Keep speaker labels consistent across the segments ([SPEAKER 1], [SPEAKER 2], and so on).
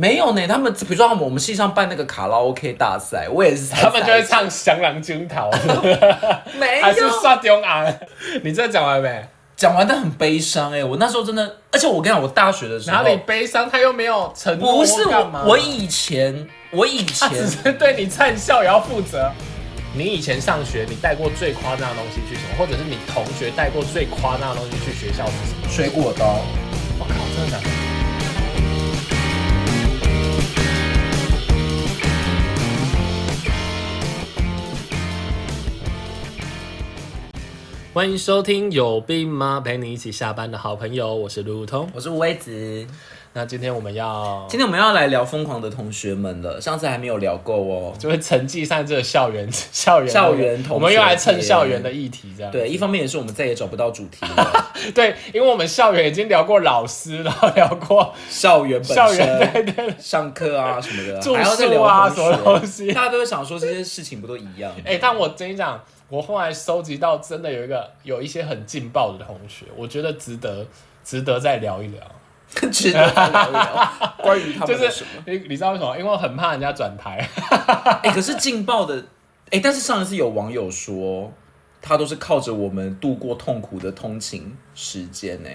[SPEAKER 1] 没有呢，他们比如说他们我们系上办那个卡拉 OK 大赛，我也是才
[SPEAKER 2] 他们就会
[SPEAKER 1] 塞
[SPEAKER 2] 唱《香囊金桃》，
[SPEAKER 1] 没
[SPEAKER 2] 还是
[SPEAKER 1] 有
[SPEAKER 2] 刷中安？你这讲完没？
[SPEAKER 1] 讲完，但很悲伤哎、我那时候真的，而且我跟你讲，我大学的时候
[SPEAKER 2] 哪里悲伤？他又没有承诺，
[SPEAKER 1] 不是
[SPEAKER 2] 干嘛
[SPEAKER 1] 我，我以前我以前、
[SPEAKER 2] 他只是对你灿笑也要负责。你以前上学，你带过最夸张的东西去什么？或者是你同学带过最夸张的东西去学校是什么？
[SPEAKER 1] 水果刀。
[SPEAKER 2] 我靠，真的假的？欢迎收听《有病吗》，陪你一起下班的好朋友，我是路路通。
[SPEAKER 1] 我是薇子，
[SPEAKER 2] 那今天我们要
[SPEAKER 1] 今天我们要来聊疯狂的同学们了，上次还没有聊够哦。
[SPEAKER 2] 就是沉寂上这个校园 校园
[SPEAKER 1] 校园同学
[SPEAKER 2] 我们又来蹭校园的议题，这样
[SPEAKER 1] 对，一方面也是我们再也找不到主题 了，
[SPEAKER 2] 对，因为我们校园已经聊过老师，然后聊过
[SPEAKER 1] 校园本
[SPEAKER 2] 校园对
[SPEAKER 1] 身、
[SPEAKER 2] 对
[SPEAKER 1] 上课啊什么的，
[SPEAKER 2] 住
[SPEAKER 1] 还要再
[SPEAKER 2] 宿
[SPEAKER 1] 聊
[SPEAKER 2] 啊
[SPEAKER 1] 同
[SPEAKER 2] 什么
[SPEAKER 1] 学
[SPEAKER 2] 东西。
[SPEAKER 1] 大家都会想说这些事情不都一样？
[SPEAKER 2] 哎、但我跟你讲，我后来收集到真的有一个有一些很劲爆的同学，我觉得值得值得再聊一聊。
[SPEAKER 1] 值得再聊一 聊关于他
[SPEAKER 2] 就
[SPEAKER 1] 们的
[SPEAKER 2] 是
[SPEAKER 1] 什么？
[SPEAKER 2] 你你知道为什么？因为我很怕人家转台。
[SPEAKER 1] 哎、可是劲爆的，哎、但是上一次有网友说，他都是靠着我们度过痛苦的通勤时间呢、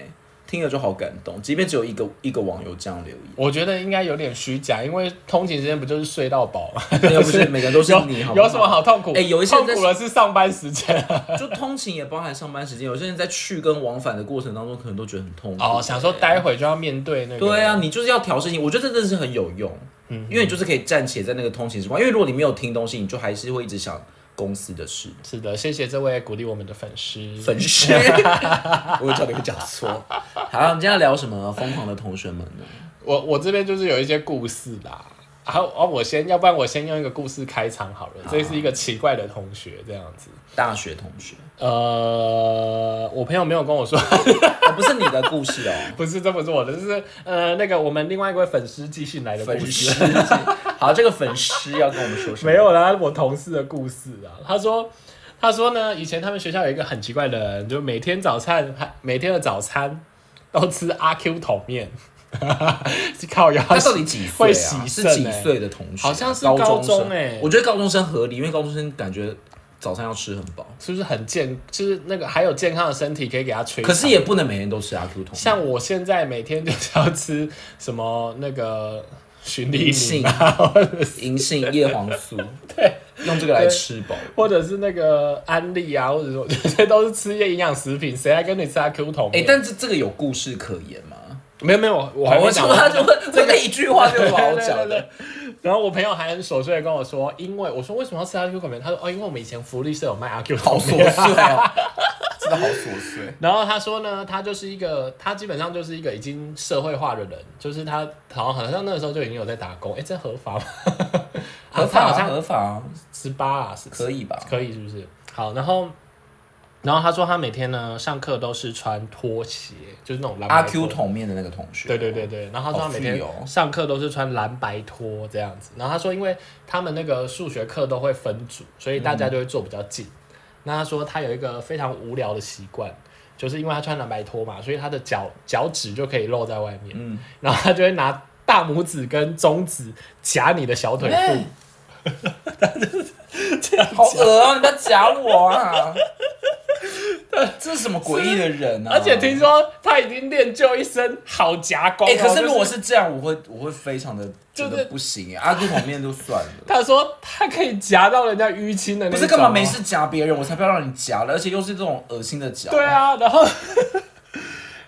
[SPEAKER 1] 听了就好感动。即便只有一个一个网友这样留言，
[SPEAKER 2] 我觉得应该有点虚假，因为通勤时间不就是睡到饱吗？
[SPEAKER 1] 没 有，不是每个人都是
[SPEAKER 2] 有
[SPEAKER 1] 你，好不
[SPEAKER 2] 有什么好？痛苦？
[SPEAKER 1] 哎有一些
[SPEAKER 2] 痛
[SPEAKER 1] 人在
[SPEAKER 2] 苦的是上班时间。啊
[SPEAKER 1] 就通勤也包含上班时间，有些人在去跟往返的过程当中，可能都觉得很痛苦。
[SPEAKER 2] 哦，想说待会就要面对那个。
[SPEAKER 1] 对啊，，你就是要调事情，我觉得这真的是很有用，嗯，因为你就是可以暂且在那个通勤时光，因为如果你没有听东西，你就还是会一直想公司的事。
[SPEAKER 2] 是的，谢谢这位鼓励我们的粉丝。
[SPEAKER 1] 粉饰，我差点讲错。好，我们今天要聊什么？疯狂的同学们呢？
[SPEAKER 2] 我我这边就是有一些故事啦。好，哦，我先，要不然我先用一个故事开场好了。
[SPEAKER 1] 啊
[SPEAKER 2] 这是一个奇怪的同学这样子。
[SPEAKER 1] 大学同学，
[SPEAKER 2] 呃，我朋友没有跟我说，
[SPEAKER 1] 哦、不是你的故事哦。
[SPEAKER 2] 不是这么做的，就是呃，那个我们另外一位粉丝寄信来的故
[SPEAKER 1] 粉
[SPEAKER 2] 事
[SPEAKER 1] 丝。，好，这个粉丝要跟我们说什么？
[SPEAKER 2] 没有啦，我同事的故事啊。他说，他说呢，以前他们学校有一个很奇怪的人，就每天早餐，每天的早餐都吃阿 Q 桶面， 是靠腰。
[SPEAKER 1] 他到底几岁、啊？
[SPEAKER 2] 会洗肾
[SPEAKER 1] 是
[SPEAKER 2] 欸
[SPEAKER 1] 几岁的同学？
[SPEAKER 2] 好像是
[SPEAKER 1] 高
[SPEAKER 2] 高中
[SPEAKER 1] 生
[SPEAKER 2] 欸
[SPEAKER 1] 我觉得高中生合理，因为高中生感觉早餐要吃很饱，
[SPEAKER 2] 是不是很健？就是那个还有健康的身体可以给他吹。
[SPEAKER 1] 可是也不能每天都吃阿 Q 桶。
[SPEAKER 2] 像我现在每天就是要吃什么那个循例
[SPEAKER 1] 银
[SPEAKER 2] 米
[SPEAKER 1] 杏
[SPEAKER 2] 嘛，
[SPEAKER 1] 银杏、叶黄 素，对，用这个来吃饱。
[SPEAKER 2] 或者是那个安利啊，或者说这些都是吃一些营养食品，谁还跟你吃阿 Q 桶
[SPEAKER 1] 哎、
[SPEAKER 2] 面？
[SPEAKER 1] 但是这个有故事可言吗？
[SPEAKER 2] 没有没有，我还没
[SPEAKER 1] 我
[SPEAKER 2] 讲
[SPEAKER 1] 说
[SPEAKER 2] 完
[SPEAKER 1] 他。就问，这个一句话就把我讲
[SPEAKER 2] 对对
[SPEAKER 1] 的
[SPEAKER 2] 对对。然后我朋友还很琐碎的跟我说，因为我说为什么要吃阿 Q 桶面？他说哦，因为我们以前福利社有卖阿 Q
[SPEAKER 1] 好
[SPEAKER 2] 桶
[SPEAKER 1] 琐
[SPEAKER 2] 面。
[SPEAKER 1] 碎哦，真的好琐碎。
[SPEAKER 2] 然后他说呢，他就是一个，他基本上就是一个已经社会化的人，就是他好像好像那个时候就已经有在打工，哎，这合法吗？
[SPEAKER 1] 合
[SPEAKER 2] 他
[SPEAKER 1] 法
[SPEAKER 2] 好
[SPEAKER 1] 啊
[SPEAKER 2] 像
[SPEAKER 1] 合法啊，
[SPEAKER 2] 十八啊，是
[SPEAKER 1] 可以吧？
[SPEAKER 2] 可以是不是？好，然后然后他说他每天呢上课都是穿拖鞋，就是那种蓝白
[SPEAKER 1] 阿 Q
[SPEAKER 2] 拖
[SPEAKER 1] 桶面的那个同学，
[SPEAKER 2] 对对对对，然后他说他每
[SPEAKER 1] 好
[SPEAKER 2] 天
[SPEAKER 1] 自由
[SPEAKER 2] 上课都是穿蓝白拖这样子，然后他说因为他们那个数学课都会分组，所以大家就会坐比较近。那他说他有一个非常无聊的习惯，就是因为他穿蓝白拖嘛，所以他的脚脚趾就可以露在外面，
[SPEAKER 1] 嗯
[SPEAKER 2] 然后他就会拿大拇指跟中指夹你的小腿
[SPEAKER 1] 哎
[SPEAKER 2] 肚。这样
[SPEAKER 1] 好恶啊！你不要夹我啊！这是什么诡异的人啊？
[SPEAKER 2] 而且听说他已经练就一身好夹功哦、
[SPEAKER 1] 哎，可是如果
[SPEAKER 2] 就是
[SPEAKER 1] 这样，我会我会非常的觉
[SPEAKER 2] 就是
[SPEAKER 1] 得不行欸。阿 Q 桶 面就算了。
[SPEAKER 2] 他说他可以夹到人家淤青的那
[SPEAKER 1] 不
[SPEAKER 2] 种，啊
[SPEAKER 1] 是干嘛没事夹别人，我才不要让你夹了，而且又是这种恶心的夹。
[SPEAKER 2] 对，啊，然后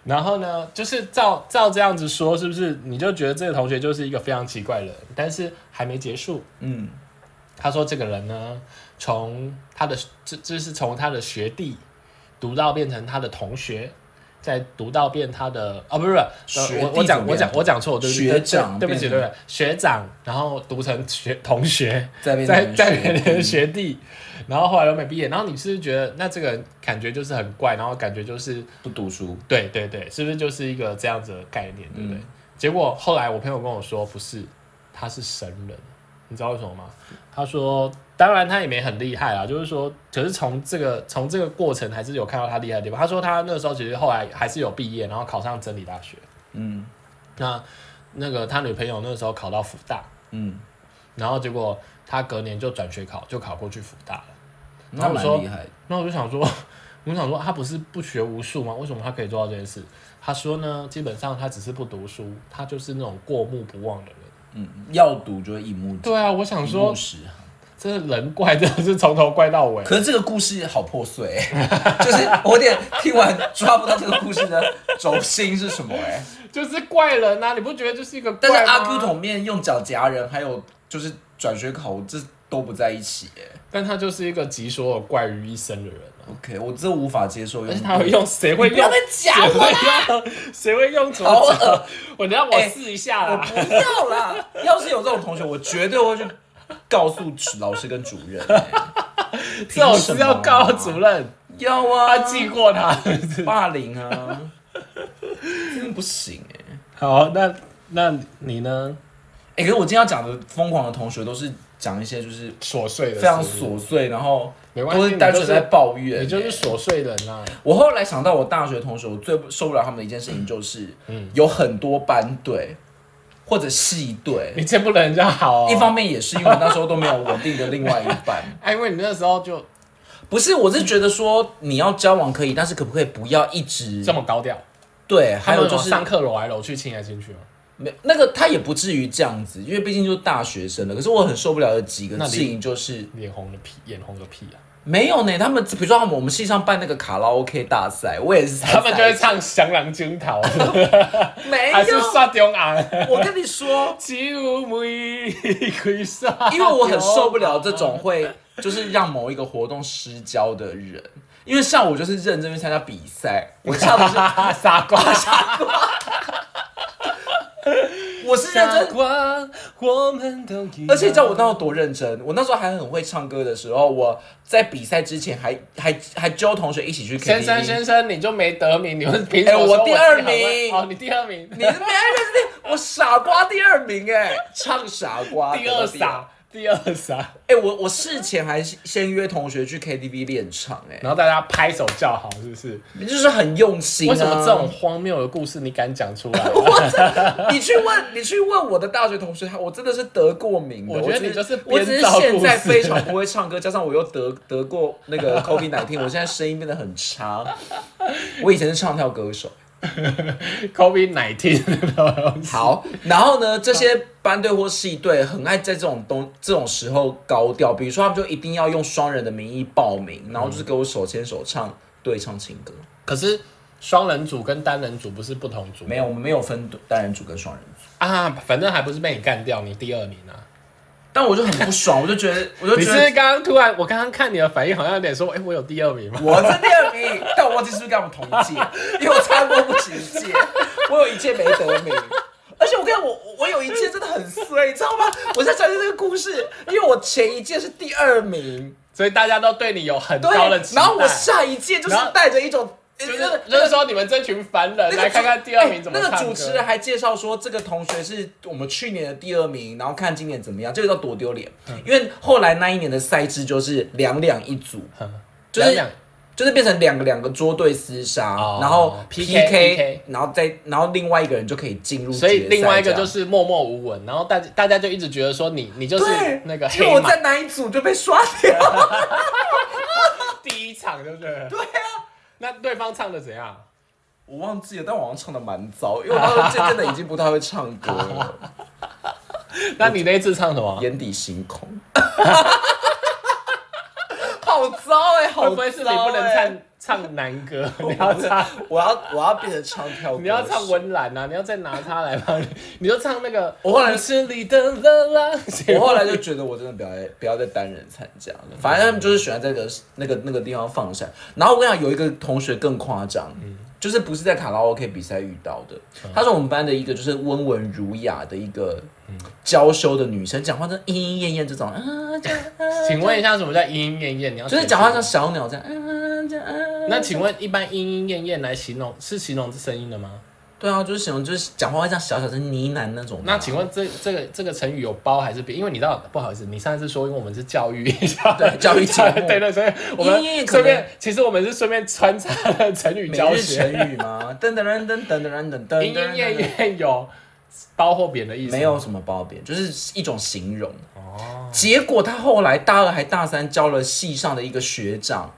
[SPEAKER 2] 然后呢，就是照照这样子说，是不是你就觉得这个同学就是一个非常奇怪的人？但是还没结束，
[SPEAKER 1] 嗯，
[SPEAKER 2] 他说这个人呢，从他的这这是从他的学弟读到变成他的同学。再读到变他的哦，不是不是，
[SPEAKER 1] 学弟
[SPEAKER 2] 呃我我讲
[SPEAKER 1] 怎么
[SPEAKER 2] 我讲
[SPEAKER 1] 变
[SPEAKER 2] 我讲错，对不起，对
[SPEAKER 1] 学长
[SPEAKER 2] 对对不起，
[SPEAKER 1] 变
[SPEAKER 2] 对不起，学长，然后读成学同学，
[SPEAKER 1] 在那
[SPEAKER 2] 在
[SPEAKER 1] 边
[SPEAKER 2] 在
[SPEAKER 1] 学
[SPEAKER 2] 别的学弟，然后后来又没毕业，然后你是不是觉得那这个人感觉就是很怪，然后感觉就是
[SPEAKER 1] 不读书，
[SPEAKER 2] 对对对，是不是就是一个这样子的概念，对不对？结果后来我朋友跟我说，不是，他是神人，你知道为什么吗？他说，当然他也没很厉害啊，就是说，可是从这个从这个过程还是有看到他厉害的地方。他说他那个时候其实后来还是有毕业，然后考上真理大学。
[SPEAKER 1] 嗯，
[SPEAKER 2] 那那个他女朋友那个时候考到福大，
[SPEAKER 1] 嗯，
[SPEAKER 2] 然后结果他隔年就转学考，就考过去福大了。
[SPEAKER 1] 那
[SPEAKER 2] 然后我
[SPEAKER 1] 蛮
[SPEAKER 2] 说
[SPEAKER 1] 厉害的，
[SPEAKER 2] 那我就想说，我就想说他不是不学无术吗？为什么他可以做到这件事？他说呢，基本上他只是不读书，他就是那种过目不忘的人。
[SPEAKER 1] 嗯，要赌就会一目
[SPEAKER 2] 对啊，我想
[SPEAKER 1] 一目
[SPEAKER 2] 说，
[SPEAKER 1] 十行。
[SPEAKER 2] 这人怪真的是从头怪到尾。
[SPEAKER 1] 可是这个故事好破碎、欸 就是我有点听完抓不到这个故事的轴心是什么哎、
[SPEAKER 2] 就是怪人呐、啊，你不觉得就是一个怪
[SPEAKER 1] 但
[SPEAKER 2] 吗？
[SPEAKER 1] 是阿 Q 桶面用脚夹人，还有就是转学考，这都不在一起哎、
[SPEAKER 2] 但他就是一个集所有怪于一身的人啊。
[SPEAKER 1] OK，我这无法接受。
[SPEAKER 2] 而且他会用，谁会
[SPEAKER 1] 你不
[SPEAKER 2] 用
[SPEAKER 1] 要再？夹
[SPEAKER 2] 谁
[SPEAKER 1] 我
[SPEAKER 2] 会
[SPEAKER 1] 啦！
[SPEAKER 2] 用？谁会用左
[SPEAKER 1] 好
[SPEAKER 2] 手？我让我
[SPEAKER 1] 哎
[SPEAKER 2] 试一下
[SPEAKER 1] 我
[SPEAKER 2] 啦。
[SPEAKER 1] 不要啦！要是有这种同学，我绝对会去告诉老师跟主任、欸。
[SPEAKER 2] 这种是要告
[SPEAKER 1] 任？
[SPEAKER 2] 主任，
[SPEAKER 1] 要
[SPEAKER 2] 他
[SPEAKER 1] 啊，
[SPEAKER 2] 记过他。
[SPEAKER 1] 霸凌啊，真的不行哎、
[SPEAKER 2] 好，那那你呢？
[SPEAKER 1] 哎、可是我今天要讲的疯狂的同学，都是讲一些就是
[SPEAKER 2] 琐碎的，
[SPEAKER 1] 非常，琐碎，然后
[SPEAKER 2] 没关系，
[SPEAKER 1] 都是
[SPEAKER 2] 你
[SPEAKER 1] 单
[SPEAKER 2] 就
[SPEAKER 1] 纯在
[SPEAKER 2] 是
[SPEAKER 1] 抱怨、欸。
[SPEAKER 2] 你就是琐碎人啊。
[SPEAKER 1] 我后来想到，我大学同学，我最不受不了他们的一件事情就是，
[SPEAKER 2] 嗯
[SPEAKER 1] 有很多班队或者系队，
[SPEAKER 2] 你见不得人家好、哦，
[SPEAKER 1] 一方面也是因为我那时候都没有稳定的另外一 半。
[SPEAKER 2] 哎，因为你那时候就
[SPEAKER 1] 不是，我是觉得说你要交往可以，但是可不可以不要一直
[SPEAKER 2] 这么高调，
[SPEAKER 1] 对？还有
[SPEAKER 2] 他们
[SPEAKER 1] 就
[SPEAKER 2] 有
[SPEAKER 1] 是
[SPEAKER 2] 上课搂来搂去，亲来亲去哦吗？
[SPEAKER 1] 没那个他也不至于这样子，因为毕竟就是大学生了。可是我很受不了的几个
[SPEAKER 2] 那你
[SPEAKER 1] 事情就是
[SPEAKER 2] 脸红个屁，眼红个屁啊！
[SPEAKER 1] 没有呢，他们比如说他们我们系上办那个卡拉 OK 大赛，我也是参赛
[SPEAKER 2] 他们就会唱《香囊 金桃》，
[SPEAKER 1] 哎没
[SPEAKER 2] 还是
[SPEAKER 1] 有。
[SPEAKER 2] 刷中昂，
[SPEAKER 1] 我跟你 说，
[SPEAKER 2] 只有每开煞
[SPEAKER 1] 因为我很受不了这种会就是让某一个活动失焦的人，因为像我就是认真去参加比赛，我唱的 是
[SPEAKER 2] 啊傻瓜，
[SPEAKER 1] 我是认真，
[SPEAKER 2] 瓜，我们都一样
[SPEAKER 1] 而且你知道我那时候多认真，我那时候还很会唱歌的时候，我在比赛之前还还还揪同学一起去 KTV。
[SPEAKER 2] 先生先生，你就没得名，你们凭什
[SPEAKER 1] 哎
[SPEAKER 2] 么
[SPEAKER 1] 我
[SPEAKER 2] 说
[SPEAKER 1] 第二
[SPEAKER 2] 是好
[SPEAKER 1] 名
[SPEAKER 2] 吗哦，你第二名，
[SPEAKER 1] 你这边认真，我傻瓜第二名哎，唱傻瓜
[SPEAKER 2] 第二。
[SPEAKER 1] 得到
[SPEAKER 2] 傻，第二傻，
[SPEAKER 1] 哎、我我事前还先约同学去 KTV 练唱哎、
[SPEAKER 2] 然后大家拍手叫好，是不是？
[SPEAKER 1] 就是很用心、啊。
[SPEAKER 2] 为什么这 种荒谬的故事你敢讲出来？
[SPEAKER 1] 你去问，你去问我的大学同学，他我真的是得过名的。
[SPEAKER 2] 我觉得你
[SPEAKER 1] 只
[SPEAKER 2] 就是
[SPEAKER 1] 我只
[SPEAKER 2] 编
[SPEAKER 1] 是
[SPEAKER 2] 造
[SPEAKER 1] 现在
[SPEAKER 2] 故事
[SPEAKER 1] 非常不会唱歌，加上我又得得过那个 COVID 1 9我现在声音变得很差。我以前是唱跳歌手。
[SPEAKER 2] COVID nineteen，
[SPEAKER 1] 好，然后呢，这些班队或系队很爱在这种东这种时候高调，比如说他们就一定要用双人的名义报名，然后就是给我手牵手唱对唱情歌。
[SPEAKER 2] 可是双人组跟单人组不是不同组吗
[SPEAKER 1] 没有，我们没有分单人组跟双人组。
[SPEAKER 2] 啊？反正还不是被你干掉，你第二名啊！
[SPEAKER 1] 但我就很不 爽，我就觉得，我就
[SPEAKER 2] 你
[SPEAKER 1] 觉
[SPEAKER 2] 是
[SPEAKER 1] 得
[SPEAKER 2] 不是刚刚突然，我刚刚看你的反应，好像有点说，哎、我有第二名吗？
[SPEAKER 1] 我是第二名，但我忘记是不是跟我们同一届， 因为我参过不止一届，我有一届没得名。而且我跟你讲我我有一届真的很衰，你知道吗？我在讲这个故事，因为我前一届是第二名，
[SPEAKER 2] 所以大家都对你有很
[SPEAKER 1] 对
[SPEAKER 2] 高的，期待。
[SPEAKER 1] 然后我下一届就是
[SPEAKER 2] 然后
[SPEAKER 1] 带着一种呃
[SPEAKER 2] 就
[SPEAKER 1] 那
[SPEAKER 2] 是
[SPEAKER 1] 个
[SPEAKER 2] 就是说，你们这群凡人 来看看第二名怎么
[SPEAKER 1] 那
[SPEAKER 2] 唱歌。
[SPEAKER 1] 个主持人还介绍说，这个同学是我们去年的第二名，然后看今年怎么样，这个叫多丢脸。
[SPEAKER 2] 嗯
[SPEAKER 1] 因为后来那一年的赛制就是两两一组，
[SPEAKER 2] 嗯
[SPEAKER 1] 就是
[SPEAKER 2] 两两
[SPEAKER 1] 就是变成两个两个捉对厮杀，
[SPEAKER 2] 哦
[SPEAKER 1] 然后
[SPEAKER 2] PK
[SPEAKER 1] PK，然后再然后另外一个人就可以进入决赛
[SPEAKER 2] 所
[SPEAKER 1] 这样，
[SPEAKER 2] 以另外一个就是默默无闻，然后大家大家就一直觉得说你你就是
[SPEAKER 1] 对
[SPEAKER 2] 那个
[SPEAKER 1] 结
[SPEAKER 2] 黑
[SPEAKER 1] 果我
[SPEAKER 2] 马
[SPEAKER 1] 在哪一组就被刷 掉，
[SPEAKER 2] 第一场，对不对？对啊。那对方唱的怎样？
[SPEAKER 1] 我忘记了，但我好像唱的蛮糟， 因为我当时渐渐的已经不太会唱歌了，
[SPEAKER 2] 那你那一次唱什么？
[SPEAKER 1] 眼底星空， 好糟哎、好糟、欸，欸
[SPEAKER 2] 会不会是你不能唱唱男歌？你要唱
[SPEAKER 1] 我要我要变成唱跳歌手，
[SPEAKER 2] 你要唱温岚啊，你要再拿它来吧，你 你就唱那个
[SPEAKER 1] 我后来
[SPEAKER 2] 是你的了啦。
[SPEAKER 1] 我后来就觉得我真的不要再不要再单人参加了，反正他们就是喜欢在那个那个那个地方放闪。然后我跟你讲，有一个同学更夸张，
[SPEAKER 2] 嗯
[SPEAKER 1] 就是不是在卡拉 OK 比赛遇到的，她是我们班的一个就是温文儒雅的一个
[SPEAKER 2] 嗯
[SPEAKER 1] 娇羞的女生，讲话就是莺莺燕燕这种，啊，这样 啊
[SPEAKER 2] 请问一下，什么叫莺莺燕燕？你要
[SPEAKER 1] 就是讲话像小鸟这样，啊，这样啊。
[SPEAKER 2] 那请问一般莺莺燕燕来形容是形容这声音的吗？
[SPEAKER 1] 对啊，就是形容就是讲话会这样小小声呢喃那种。
[SPEAKER 2] 那请问这这个这个成语有包还是别？因为你知道，不好意思，你上次说，因为我们是教育
[SPEAKER 1] 对教育节目
[SPEAKER 2] 对对，所以我们
[SPEAKER 1] 音乐可
[SPEAKER 2] 顺
[SPEAKER 1] 能
[SPEAKER 2] 便，其实我们是顺便穿插了成语
[SPEAKER 1] 每
[SPEAKER 2] 教
[SPEAKER 1] 日
[SPEAKER 2] 学。
[SPEAKER 1] 成语吗？噔噔噔噔噔噔噔噔噔噔
[SPEAKER 2] 莺莺燕
[SPEAKER 1] 噔。
[SPEAKER 2] 燕有包括别人的意思吗
[SPEAKER 1] 没有什么褒贬，就是一种形容。结果他后来大二还大三教了系上的一个学长，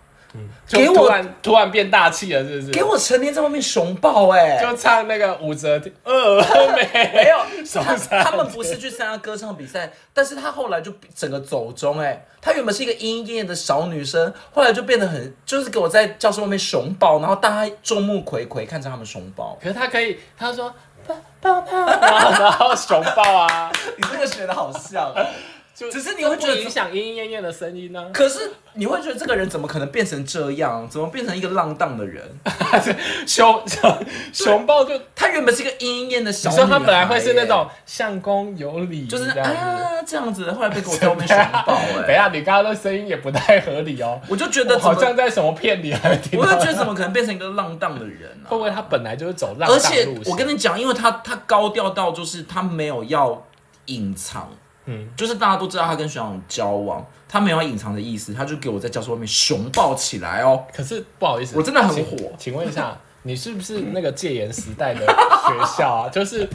[SPEAKER 2] 就
[SPEAKER 1] 给我
[SPEAKER 2] 突然突然变大气了，是不是？
[SPEAKER 1] 给我成天在外面熊抱哎、
[SPEAKER 2] 就唱那个呃武则天，峨眉，
[SPEAKER 1] 没有，
[SPEAKER 2] 什么
[SPEAKER 1] 他
[SPEAKER 2] 三
[SPEAKER 1] 他们不是去参加歌唱比赛，但是他后来就整个走中哎、她原本是一个莺莺燕燕的小女生，后来就变得很，就是给我在教室外面熊抱，然后大家众目睽睽看着他们熊抱。
[SPEAKER 2] 可是他可以，他说抱抱抱，然后 然后熊抱啊，
[SPEAKER 1] 你这个学的好像，哦
[SPEAKER 2] 就
[SPEAKER 1] 只是你会觉得
[SPEAKER 2] 这不影响莺莺燕燕的声音呢、
[SPEAKER 1] 可是你会觉得这个人怎么可能变成这样？怎么变成一个浪荡的人？
[SPEAKER 2] 熊 熊熊抱就，
[SPEAKER 1] 她原本是一个莺莺燕的小
[SPEAKER 2] 你
[SPEAKER 1] 女孩、
[SPEAKER 2] 说他本来会是那
[SPEAKER 1] 哎
[SPEAKER 2] 种相公有礼，
[SPEAKER 1] 就是
[SPEAKER 2] 这样子。
[SPEAKER 1] 啊这样子，后来被给我在外面熊抱哎、
[SPEAKER 2] 等一下，你刚刚的声音也不太合理哦，
[SPEAKER 1] 我就觉得
[SPEAKER 2] 我
[SPEAKER 1] 怎么
[SPEAKER 2] 好，像在什么片里还听
[SPEAKER 1] 我
[SPEAKER 2] 到。
[SPEAKER 1] 就觉得怎么可能变成一个浪荡的人啊
[SPEAKER 2] 会？不会他本来就是走浪
[SPEAKER 1] 而
[SPEAKER 2] 荡
[SPEAKER 1] 且
[SPEAKER 2] 路线？
[SPEAKER 1] 我跟你讲，因为他他高调到就是他没有要隐藏，
[SPEAKER 2] 嗯
[SPEAKER 1] 嗯，就是大家都知道他跟学长有交往，他没有要隐藏的意思，他就给我在教室外面熊抱起来哦。
[SPEAKER 2] 可是不好意思，
[SPEAKER 1] 我真的很
[SPEAKER 2] 请
[SPEAKER 1] 火
[SPEAKER 2] 请问 一下，你是不是那个戒严时代的学校 啊？就是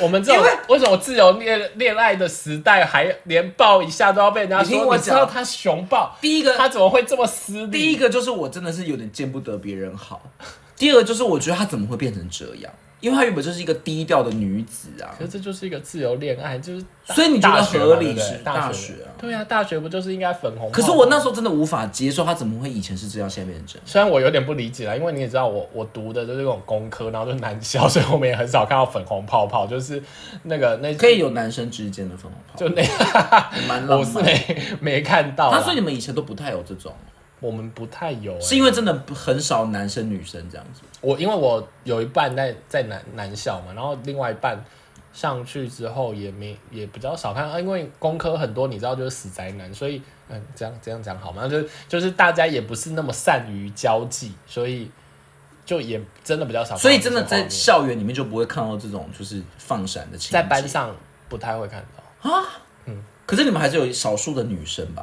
[SPEAKER 2] 我们这种为什么自由恋恋爱的时代，还连抱一下都要被人家
[SPEAKER 1] 你
[SPEAKER 2] 说？
[SPEAKER 1] 听我
[SPEAKER 2] 你知道
[SPEAKER 1] 讲
[SPEAKER 2] 他熊抱，
[SPEAKER 1] 第一个，
[SPEAKER 2] 他怎么会这么私
[SPEAKER 1] 第一
[SPEAKER 2] 利？
[SPEAKER 1] 个就是我真的是有点见不得别人好，第二个就是我觉得她怎么会变成这样，因为她原本就是一个低调的女子啊
[SPEAKER 2] 可，是这就是一个自由恋爱，就是大
[SPEAKER 1] 所以你觉
[SPEAKER 2] 大
[SPEAKER 1] 得
[SPEAKER 2] 学嘛
[SPEAKER 1] 合
[SPEAKER 2] 对
[SPEAKER 1] 理
[SPEAKER 2] 不对
[SPEAKER 1] 是
[SPEAKER 2] 大
[SPEAKER 1] 大
[SPEAKER 2] 学
[SPEAKER 1] 学啊？
[SPEAKER 2] 对啊，大学不就是应该粉红泡泡？
[SPEAKER 1] 可是我那时候真的无法接受她怎么会以前是这样，现在变成这样。
[SPEAKER 2] 虽然我有点不理解啦，因为你也知道我我读的就是那种工科，然后就是男校，所以我们也很少看到粉红泡泡，就是那个那
[SPEAKER 1] 可以有男生之间的粉红泡，
[SPEAKER 2] 就那
[SPEAKER 1] 蛮浪
[SPEAKER 2] 我是
[SPEAKER 1] 漫的。
[SPEAKER 2] 没 啊没看到啦。
[SPEAKER 1] 他所以你们以前都不太有这种，
[SPEAKER 2] 我们不太有、欸，
[SPEAKER 1] 是因为真的很少男生女生这样子。
[SPEAKER 2] 我因为我有一半在在南南校嘛，然后另外一半上去之后也没也比较少看，啊因为工科很多你知道就是死宅男，所以嗯这样这样讲好吗？就是就是大家也不是那么善于交际，所以就也真的比较少看到
[SPEAKER 1] 所以真的
[SPEAKER 2] 这
[SPEAKER 1] 在
[SPEAKER 2] 种画面
[SPEAKER 1] 校园里面就不会看到这种就是放闪的情
[SPEAKER 2] 在
[SPEAKER 1] 节
[SPEAKER 2] 班。上不太会看到
[SPEAKER 1] 可是你们还是有少数的女生吧？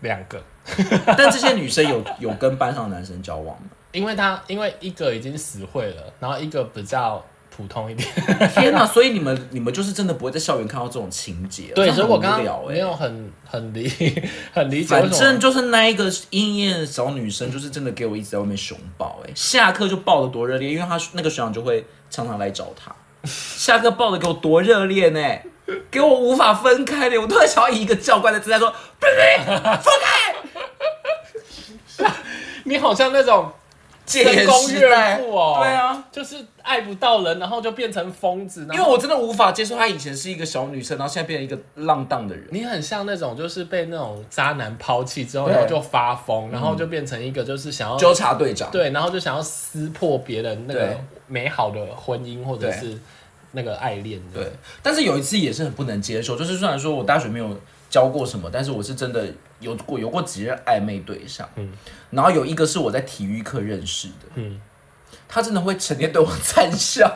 [SPEAKER 2] 两个，
[SPEAKER 1] 但这些女生有有跟班上的男生交往吗？
[SPEAKER 2] 因为他因为一个已经死会了，然后一个比较普通一点。
[SPEAKER 1] 天哪！所以你们你们就是真的不会在校园看到这种情节。
[SPEAKER 2] 对，
[SPEAKER 1] 这
[SPEAKER 2] 所以
[SPEAKER 1] 很
[SPEAKER 2] 我刚
[SPEAKER 1] 无聊
[SPEAKER 2] 刚
[SPEAKER 1] 欸
[SPEAKER 2] 没有很很理很理解为
[SPEAKER 1] 反
[SPEAKER 2] 什么。
[SPEAKER 1] 正就是那一个鹰眼小女生，就是真的给我一直在外面熊抱、欸，哎，下课就抱得多热烈，因为她那个学长就会常常来找她，下课抱得给我多热烈呢、给我无法分开的，我突然想要以一个教官的姿态说，不是分开，
[SPEAKER 2] 你好像 那种
[SPEAKER 1] 戒
[SPEAKER 2] 深
[SPEAKER 1] 严
[SPEAKER 2] 宫
[SPEAKER 1] 时
[SPEAKER 2] 怨
[SPEAKER 1] 代，
[SPEAKER 2] 妇哦，
[SPEAKER 1] 对啊。就是
[SPEAKER 2] 就是爱不到人，然后就变成疯子，然
[SPEAKER 1] 因
[SPEAKER 2] 后
[SPEAKER 1] 为我真的无法接受她以前是一个小女生，然后现在变成一个浪荡的人。
[SPEAKER 2] 你很像那种就是被那种渣男抛弃之后，
[SPEAKER 1] 对嗯
[SPEAKER 2] 然后就发疯，然后就变成一个就是想要
[SPEAKER 1] 纠察队长，
[SPEAKER 2] 对，然后就想要撕破别人那个
[SPEAKER 1] 对
[SPEAKER 2] 美好的婚姻或者
[SPEAKER 1] 对
[SPEAKER 2] 是那个爱恋的。
[SPEAKER 1] 对，但是有一次也是很不能接受，就是虽然说我大学没有教过什么，但是我是真的有过有过几任暧昧对象，嗯，然后有一个是我在体育课认识的，嗯，他真的会成天对我 灿笑，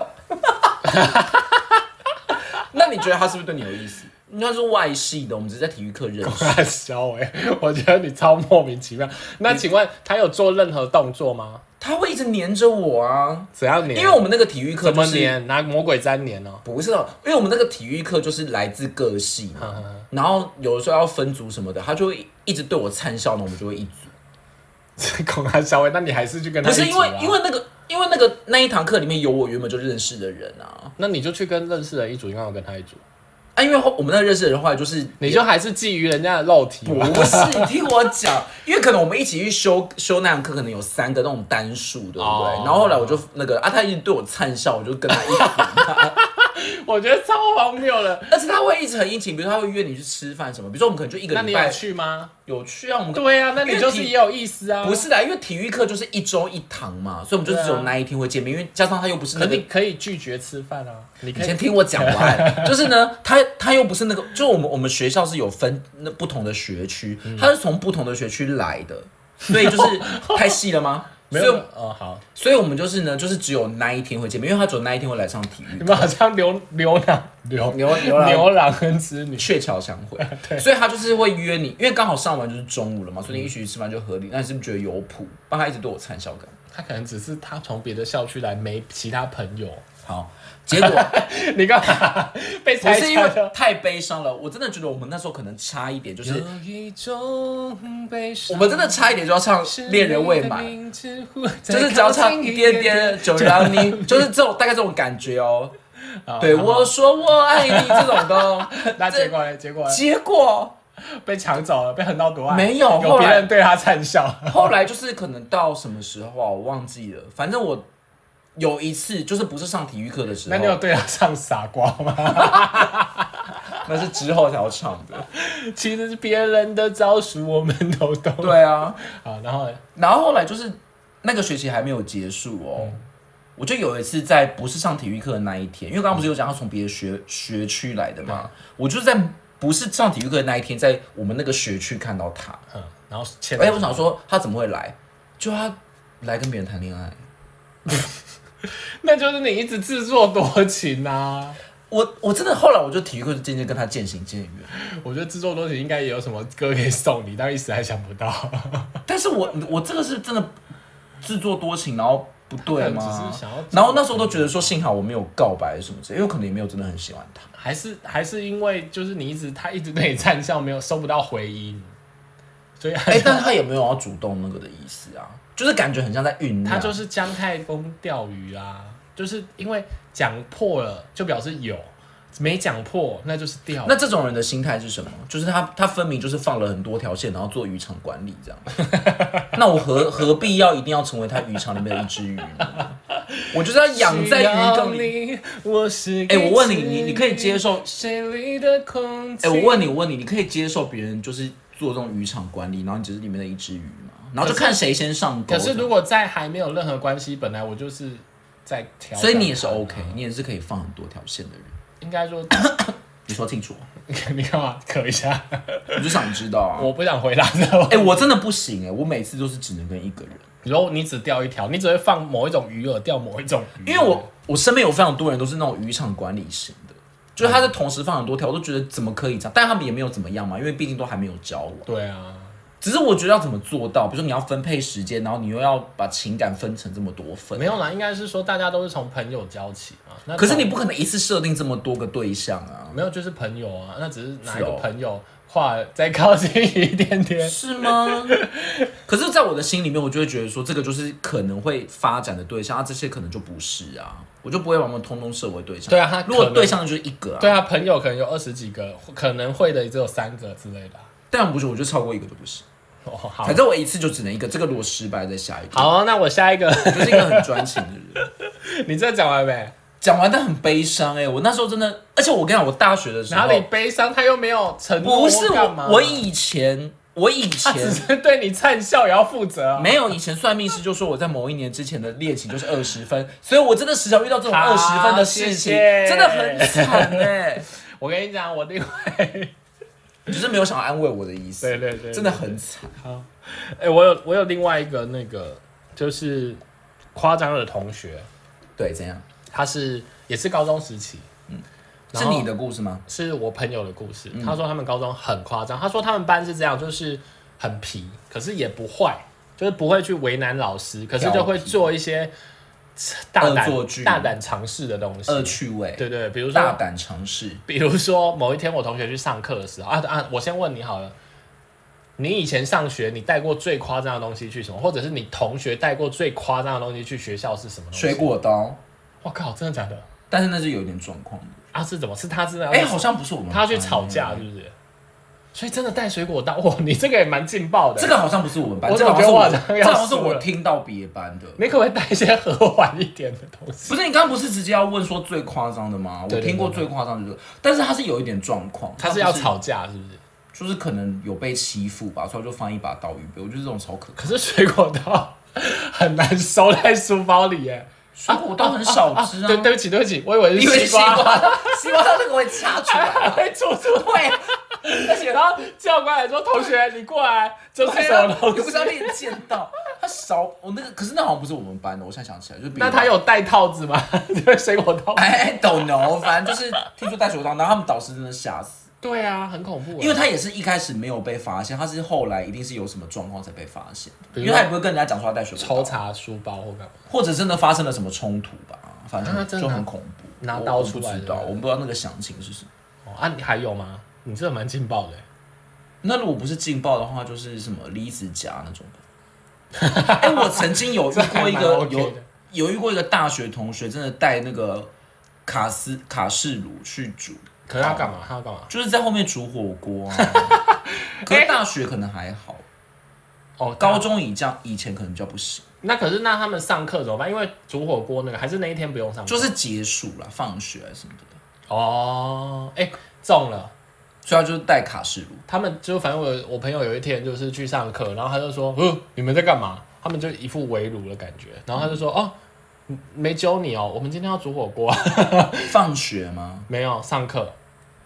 [SPEAKER 1] 那你觉得他是不是对你有意思？因为他是外系的，我们只是在体育课认识，
[SPEAKER 2] 乱笑哎、我觉得你超莫名其妙。那请问他有做任何动作吗？
[SPEAKER 1] 他会一直黏着我啊，
[SPEAKER 2] 怎样黏？
[SPEAKER 1] 因为我们那个体育课
[SPEAKER 2] 怎
[SPEAKER 1] 就
[SPEAKER 2] 么
[SPEAKER 1] 是
[SPEAKER 2] 黏？拿魔鬼粘黏哦、
[SPEAKER 1] 不是哦，因为我们那个体育课就是来自各系
[SPEAKER 2] 嗯
[SPEAKER 1] 嘛，
[SPEAKER 2] 呃
[SPEAKER 1] 然后有的时候要分组什么的，他就会一直对我灿笑呢，我们就会一组。
[SPEAKER 2] 恐他小伟，那你还是去跟他
[SPEAKER 1] 不
[SPEAKER 2] 一起、
[SPEAKER 1] 是
[SPEAKER 2] 啊？
[SPEAKER 1] 因为因为那个因为那个那一堂课里面有我原本就认识的人啊，
[SPEAKER 2] 那你就去跟认识的一组，因为我跟他一组，
[SPEAKER 1] 啊，因为后我们那个认识的人后来就是
[SPEAKER 2] 你就还是觊觎人家的肉体吧。
[SPEAKER 1] 不是，你听我讲，因为可能我们一起去修修那堂课，可能有三个那种单数，对不对？
[SPEAKER 2] 哦
[SPEAKER 1] 然后后来我就那个啊，他一直对我灿笑，我就跟他一起，
[SPEAKER 2] 我觉得超荒谬的。
[SPEAKER 1] 但是他会一直很殷勤，比如说他会约你去吃饭什么，比如说我们可能就一个
[SPEAKER 2] 那你
[SPEAKER 1] 礼
[SPEAKER 2] 有
[SPEAKER 1] 拜
[SPEAKER 2] 去吗？
[SPEAKER 1] 有去啊，我们
[SPEAKER 2] 对啊，那你就是也有意思啊。
[SPEAKER 1] 不，是啦，因为体育课就是一周一堂嘛，所以我们就只
[SPEAKER 2] 对啊
[SPEAKER 1] 有那一天会见面，因为加上他又不是
[SPEAKER 2] 可
[SPEAKER 1] 那个
[SPEAKER 2] 你。可以拒绝吃饭啊。你
[SPEAKER 1] 你
[SPEAKER 2] 可以
[SPEAKER 1] 先听我讲 完，就是呢，他他又不是那个，就我们我们学校是有分那不同的学区，
[SPEAKER 2] 嗯
[SPEAKER 1] 他是从不同的学区来的，所以就是 太细了吗？
[SPEAKER 2] 没
[SPEAKER 1] 所以
[SPEAKER 2] 有哦，好，
[SPEAKER 1] 所以我们就是呢，就是只有那一天会见面，因为他只有那一天会来上体育
[SPEAKER 2] 你，们好像牛牛郎牛
[SPEAKER 1] 牛牛郎
[SPEAKER 2] 牛郎跟织女。
[SPEAKER 1] 鹊桥相 会，所以他就是会约你，因为刚好上完就是中午了嘛，所以你一起去吃饭就合理。那你是不是觉得有谱？帮他一直对我灿笑感。
[SPEAKER 2] 他可能只是他从别的校区来没其他朋友，
[SPEAKER 1] 好，结 果
[SPEAKER 2] 你干嘛 被
[SPEAKER 1] 不
[SPEAKER 2] 拆
[SPEAKER 1] 是因
[SPEAKER 2] 穿
[SPEAKER 1] 为
[SPEAKER 2] 了？
[SPEAKER 1] 太悲伤了，我真的觉得我们那时候可能差一点， 就是
[SPEAKER 2] 有一种悲伤
[SPEAKER 1] 我们真的差一点就要唱
[SPEAKER 2] 是
[SPEAKER 1] 《恋人未满
[SPEAKER 2] 你的》，名字忽再
[SPEAKER 1] 就是只要
[SPEAKER 2] 靠
[SPEAKER 1] 唱
[SPEAKER 2] 近
[SPEAKER 1] 一
[SPEAKER 2] 一
[SPEAKER 1] 点点就让你， 就是这种大概这种感觉哦。对，我说我爱你这种的哦，
[SPEAKER 2] 那结果呢？结果呢
[SPEAKER 1] 结果
[SPEAKER 2] 被抢走了，被横刀夺爱，
[SPEAKER 1] 没有
[SPEAKER 2] 有
[SPEAKER 1] 后
[SPEAKER 2] 别
[SPEAKER 1] 来
[SPEAKER 2] 人对他灿 笑。
[SPEAKER 1] 后来就是可能到什么时候啊，我忘记了。反正我有一次就是不是上体育课的时
[SPEAKER 2] 那你有
[SPEAKER 1] 候，
[SPEAKER 2] 对他唱傻瓜吗？
[SPEAKER 1] 那是之后才要唱的。
[SPEAKER 2] 其实是别人的招数，我们都懂。
[SPEAKER 1] 对啊，
[SPEAKER 2] 啊，然后呢
[SPEAKER 1] 然后后来就是那个学期还没有结束哦。我就有一次在不是上体育课的那一天，因为刚刚不是有讲他从别的学学区来的嘛，我就是在不是上体育课的那一天，在我们那个学区看到他，
[SPEAKER 2] 嗯，然后前
[SPEAKER 1] 哎、我想说他怎么会来？就他来跟别人谈恋爱。
[SPEAKER 2] 那就是你一直自作多情啊！
[SPEAKER 1] 我我真的后来我就体育课就渐渐跟他渐行渐远，
[SPEAKER 2] 我觉得自作多情应该也有什么歌可以送你，但一时还想不到。
[SPEAKER 1] 但是我我这个是真的自作多情，然后不对
[SPEAKER 2] 他可能只
[SPEAKER 1] 吗
[SPEAKER 2] 是想要？
[SPEAKER 1] 然后那时候都觉得说幸好我没有告白什么之类，因为可能也没有真的很喜 欢他。
[SPEAKER 2] 还是还是因为就是你一直他一直对你灿笑，没有收不到回音，所以他
[SPEAKER 1] 哎、但是他也没有要主动那个的意思啊，就是感觉很像在酝酿。
[SPEAKER 2] 他就是姜太公钓鱼啊，就是因为讲破了就表示有，没讲破那就是钓。
[SPEAKER 1] 那这种人的心态是什么？就是他他分明就是放了很多条线，然后做渔场管理这样。 那我何何必要一定要成为他渔场里面的一只鱼呢？ 我就是要养在鱼缸里。
[SPEAKER 2] 里。我是
[SPEAKER 1] 哎、我问你，你你可以接受？
[SPEAKER 2] 水里的空气？
[SPEAKER 1] 哎、我问你，我问你，你可以接受别人就是做这种渔场管理，然后你只是里面的一只鱼吗？然后就看谁先上钩。
[SPEAKER 2] 可是如果在还没有任何关系，本来我就是在调，
[SPEAKER 1] 所以你也是 OK，你也是可以放很多条线的人。
[SPEAKER 2] 应该说
[SPEAKER 1] 你说清楚，
[SPEAKER 2] 你干嘛咳一下？
[SPEAKER 1] 我就想知道啊。
[SPEAKER 2] 我不想回答，知道吗？
[SPEAKER 1] 哎、我真的不行哎、我每次都是只能跟一个人，
[SPEAKER 2] 然后你只钓一条，你只会放某一种鱼饵，钓某一种鱼饵，
[SPEAKER 1] 因为我我身边有非常多人都是那种渔场管理型的，就是他是同时放很多条，我都觉得怎么可以这样，但他们也没有怎么样嘛，因为毕竟都还没有交往。
[SPEAKER 2] 对啊，
[SPEAKER 1] 只是我觉得要怎么做到，比如说你要分配时间，然后你又要把情感分成这么多份，
[SPEAKER 2] 没有啦，应该是说大家都是从朋友交起嘛。那
[SPEAKER 1] 可是
[SPEAKER 2] 从
[SPEAKER 1] 你不可能一次设定这么多个对象啊，
[SPEAKER 2] 没有就是朋友啊，那只是哪
[SPEAKER 1] 是
[SPEAKER 2] 一个
[SPEAKER 1] 哦
[SPEAKER 2] 朋友话再靠近一点点。
[SPEAKER 1] 是吗？ 可是，在我的心里面，我就会觉得说，这个就是可能会发展的对象，啊，这些可能就不是啊，我就不会把他们通通设为对象。
[SPEAKER 2] 对啊他
[SPEAKER 1] 如果
[SPEAKER 2] 可能
[SPEAKER 1] 对象就是一个啊，
[SPEAKER 2] 对啊，朋友可能有二十几个，可能会的也只有三个之类的啊。
[SPEAKER 1] 但不是，我就超过一个就不是。
[SPEAKER 2] 哦，好
[SPEAKER 1] 反，正我一次就只能一个，这个如果失败再下一个。
[SPEAKER 2] 好啊，那我下一个，
[SPEAKER 1] 我就是一个很专情的人。
[SPEAKER 2] 你这讲完没？
[SPEAKER 1] 讲完但很悲伤哎、我那时候真的，而且我跟你讲，我大学的时
[SPEAKER 2] 哪
[SPEAKER 1] 候
[SPEAKER 2] 里悲伤？他又没有承诺，
[SPEAKER 1] 不是
[SPEAKER 2] 干嘛
[SPEAKER 1] 我，我以前我以
[SPEAKER 2] 他只
[SPEAKER 1] 前
[SPEAKER 2] 是对你灿笑也要负责啊。
[SPEAKER 1] 没有，以前算命师就说我在某一年之前的恋情就是二十分，所以我真的时常遇到这种
[SPEAKER 2] 好
[SPEAKER 1] 二十分的事
[SPEAKER 2] 谢
[SPEAKER 1] 情，
[SPEAKER 2] 谢
[SPEAKER 1] 真的很惨哎、
[SPEAKER 2] 我跟你讲，我另外，
[SPEAKER 1] 只是没有想要安慰我的意思，
[SPEAKER 2] 对对对，
[SPEAKER 1] 真的很惨。
[SPEAKER 2] 哎、我有我有另外一个那个就是夸张的同学，
[SPEAKER 1] 对，怎样？
[SPEAKER 2] 他是也是高中时期，嗯，
[SPEAKER 1] 是你的故事吗？
[SPEAKER 2] 是我朋友的故事。
[SPEAKER 1] 嗯
[SPEAKER 2] 他说他们高中很夸张，他说他们班是这样，就是很皮，可是也不坏，就是不会去为难老师，可是就会做一些大胆
[SPEAKER 1] 恶作剧
[SPEAKER 2] 大胆尝试的东西。
[SPEAKER 1] 恶趣味，
[SPEAKER 2] 对对，比如
[SPEAKER 1] 大
[SPEAKER 2] 说，
[SPEAKER 1] 胆尝试。
[SPEAKER 2] 比如说某一天我同学去上课的时候啊啊，我先问你好了。你以前上学，你带过最夸张的东西去什么？或者是你同学带过最夸张的东西去学校是什么东西？
[SPEAKER 1] 水。果刀，
[SPEAKER 2] 我靠，真的假的？
[SPEAKER 1] 但是那是有点状况的。
[SPEAKER 2] 啊，是怎么？是他真的要
[SPEAKER 1] 哎、好像不是我们班，
[SPEAKER 2] 他要去吵架，是不是？所以真的带水果刀，哇，你这个也蛮劲爆的。
[SPEAKER 1] 这个好像不是我们班，
[SPEAKER 2] 我
[SPEAKER 1] 这
[SPEAKER 2] 怎
[SPEAKER 1] 个
[SPEAKER 2] 么
[SPEAKER 1] 好
[SPEAKER 2] 觉得
[SPEAKER 1] 像
[SPEAKER 2] 我
[SPEAKER 1] 是我，
[SPEAKER 2] 好像
[SPEAKER 1] 这个
[SPEAKER 2] 要
[SPEAKER 1] 好像是
[SPEAKER 2] 输
[SPEAKER 1] 我
[SPEAKER 2] 了
[SPEAKER 1] 听到别班的。
[SPEAKER 2] 你可不可以带一些和缓一点的东西？
[SPEAKER 1] 不是你刚刚不是直接要问说最夸张的吗？
[SPEAKER 2] 对
[SPEAKER 1] 我
[SPEAKER 2] 对
[SPEAKER 1] 听过最夸张的就是，但是他是有一点状况，
[SPEAKER 2] 他是
[SPEAKER 1] 不
[SPEAKER 2] 要，吵架，是不是？
[SPEAKER 1] 就是可能有被欺负吧，所以他就放一把刀鱼杯。我觉得这种超可怕。
[SPEAKER 2] 可是水果刀很难收在书包里耶。
[SPEAKER 1] 水果刀很少
[SPEAKER 2] 啊
[SPEAKER 1] 吃啊，
[SPEAKER 2] 对，对不起，对不起，我以为
[SPEAKER 1] 因
[SPEAKER 2] 是
[SPEAKER 1] 为
[SPEAKER 2] 西
[SPEAKER 1] 西瓜，西瓜它那个会掐出
[SPEAKER 2] 还
[SPEAKER 1] 来，
[SPEAKER 2] 会吐出来。
[SPEAKER 1] 会啊，而且
[SPEAKER 2] 然后教官也说：“同学，你过来，这是什么
[SPEAKER 1] 又
[SPEAKER 2] 东
[SPEAKER 1] 啊不是
[SPEAKER 2] 西
[SPEAKER 1] 要练剑道，他少我那个，可是那好像不是我们班的，我现在想起来就是。”别
[SPEAKER 2] 那
[SPEAKER 1] 人
[SPEAKER 2] 他有戴套子吗？ 这个水果刀？
[SPEAKER 1] 哎懂 o 反正就是听说带水果刀，然后他们导师真的吓死，
[SPEAKER 2] 对啊，很恐怖耶。
[SPEAKER 1] 因为他也是一开始没有被发现，他是后来一定是有什么状况才被发现的，
[SPEAKER 2] 比如
[SPEAKER 1] 因为他也不会跟人家讲说他带水果
[SPEAKER 2] 抽
[SPEAKER 1] 刀，
[SPEAKER 2] 查书包或干嘛。
[SPEAKER 1] 或者真的发生了什么冲突吧。反
[SPEAKER 2] 啊
[SPEAKER 1] 正
[SPEAKER 2] 真的
[SPEAKER 1] 就
[SPEAKER 2] 拿
[SPEAKER 1] 很恐怖。
[SPEAKER 2] 拿
[SPEAKER 1] 我
[SPEAKER 2] 刀
[SPEAKER 1] 我
[SPEAKER 2] 出
[SPEAKER 1] 不
[SPEAKER 2] 来
[SPEAKER 1] 知
[SPEAKER 2] 的
[SPEAKER 1] 道，我们不知道那个详情是什么。
[SPEAKER 2] 哦啊，你还有吗？你这蛮劲爆的欸，
[SPEAKER 1] 那如果不是劲爆的话，就是什么离子夹那种吧。哎、我曾经有遇
[SPEAKER 2] 这还
[SPEAKER 1] 过一
[SPEAKER 2] 蛮
[SPEAKER 1] 个
[SPEAKER 2] OK
[SPEAKER 1] 有
[SPEAKER 2] 的
[SPEAKER 1] 有遇过一个大学同学，真的带那个卡斯卡式炉去煮，
[SPEAKER 2] 可是他干嘛？他要干嘛？
[SPEAKER 1] 就是在后面煮火锅、 啊。可
[SPEAKER 2] 哎
[SPEAKER 1] 是大学可能还好，
[SPEAKER 2] 哦，
[SPEAKER 1] 高中以这样以前可能比较不行，
[SPEAKER 2] 那可是那他们上课怎么办？因为煮火锅那个还是那一天不用上课，
[SPEAKER 1] 就是结束了放学啊什么的，
[SPEAKER 2] 哦，哎、中了。
[SPEAKER 1] 所以他就是带卡式炉。
[SPEAKER 2] 他们就反正我我朋友有一天就是去上课，然后他就说：“呃，你们在干嘛？”他们就一副围炉的感觉，然后他就说：“哦，没揪你哦，我们今天要煮火锅啊，
[SPEAKER 1] 放学吗？
[SPEAKER 2] 没有上课，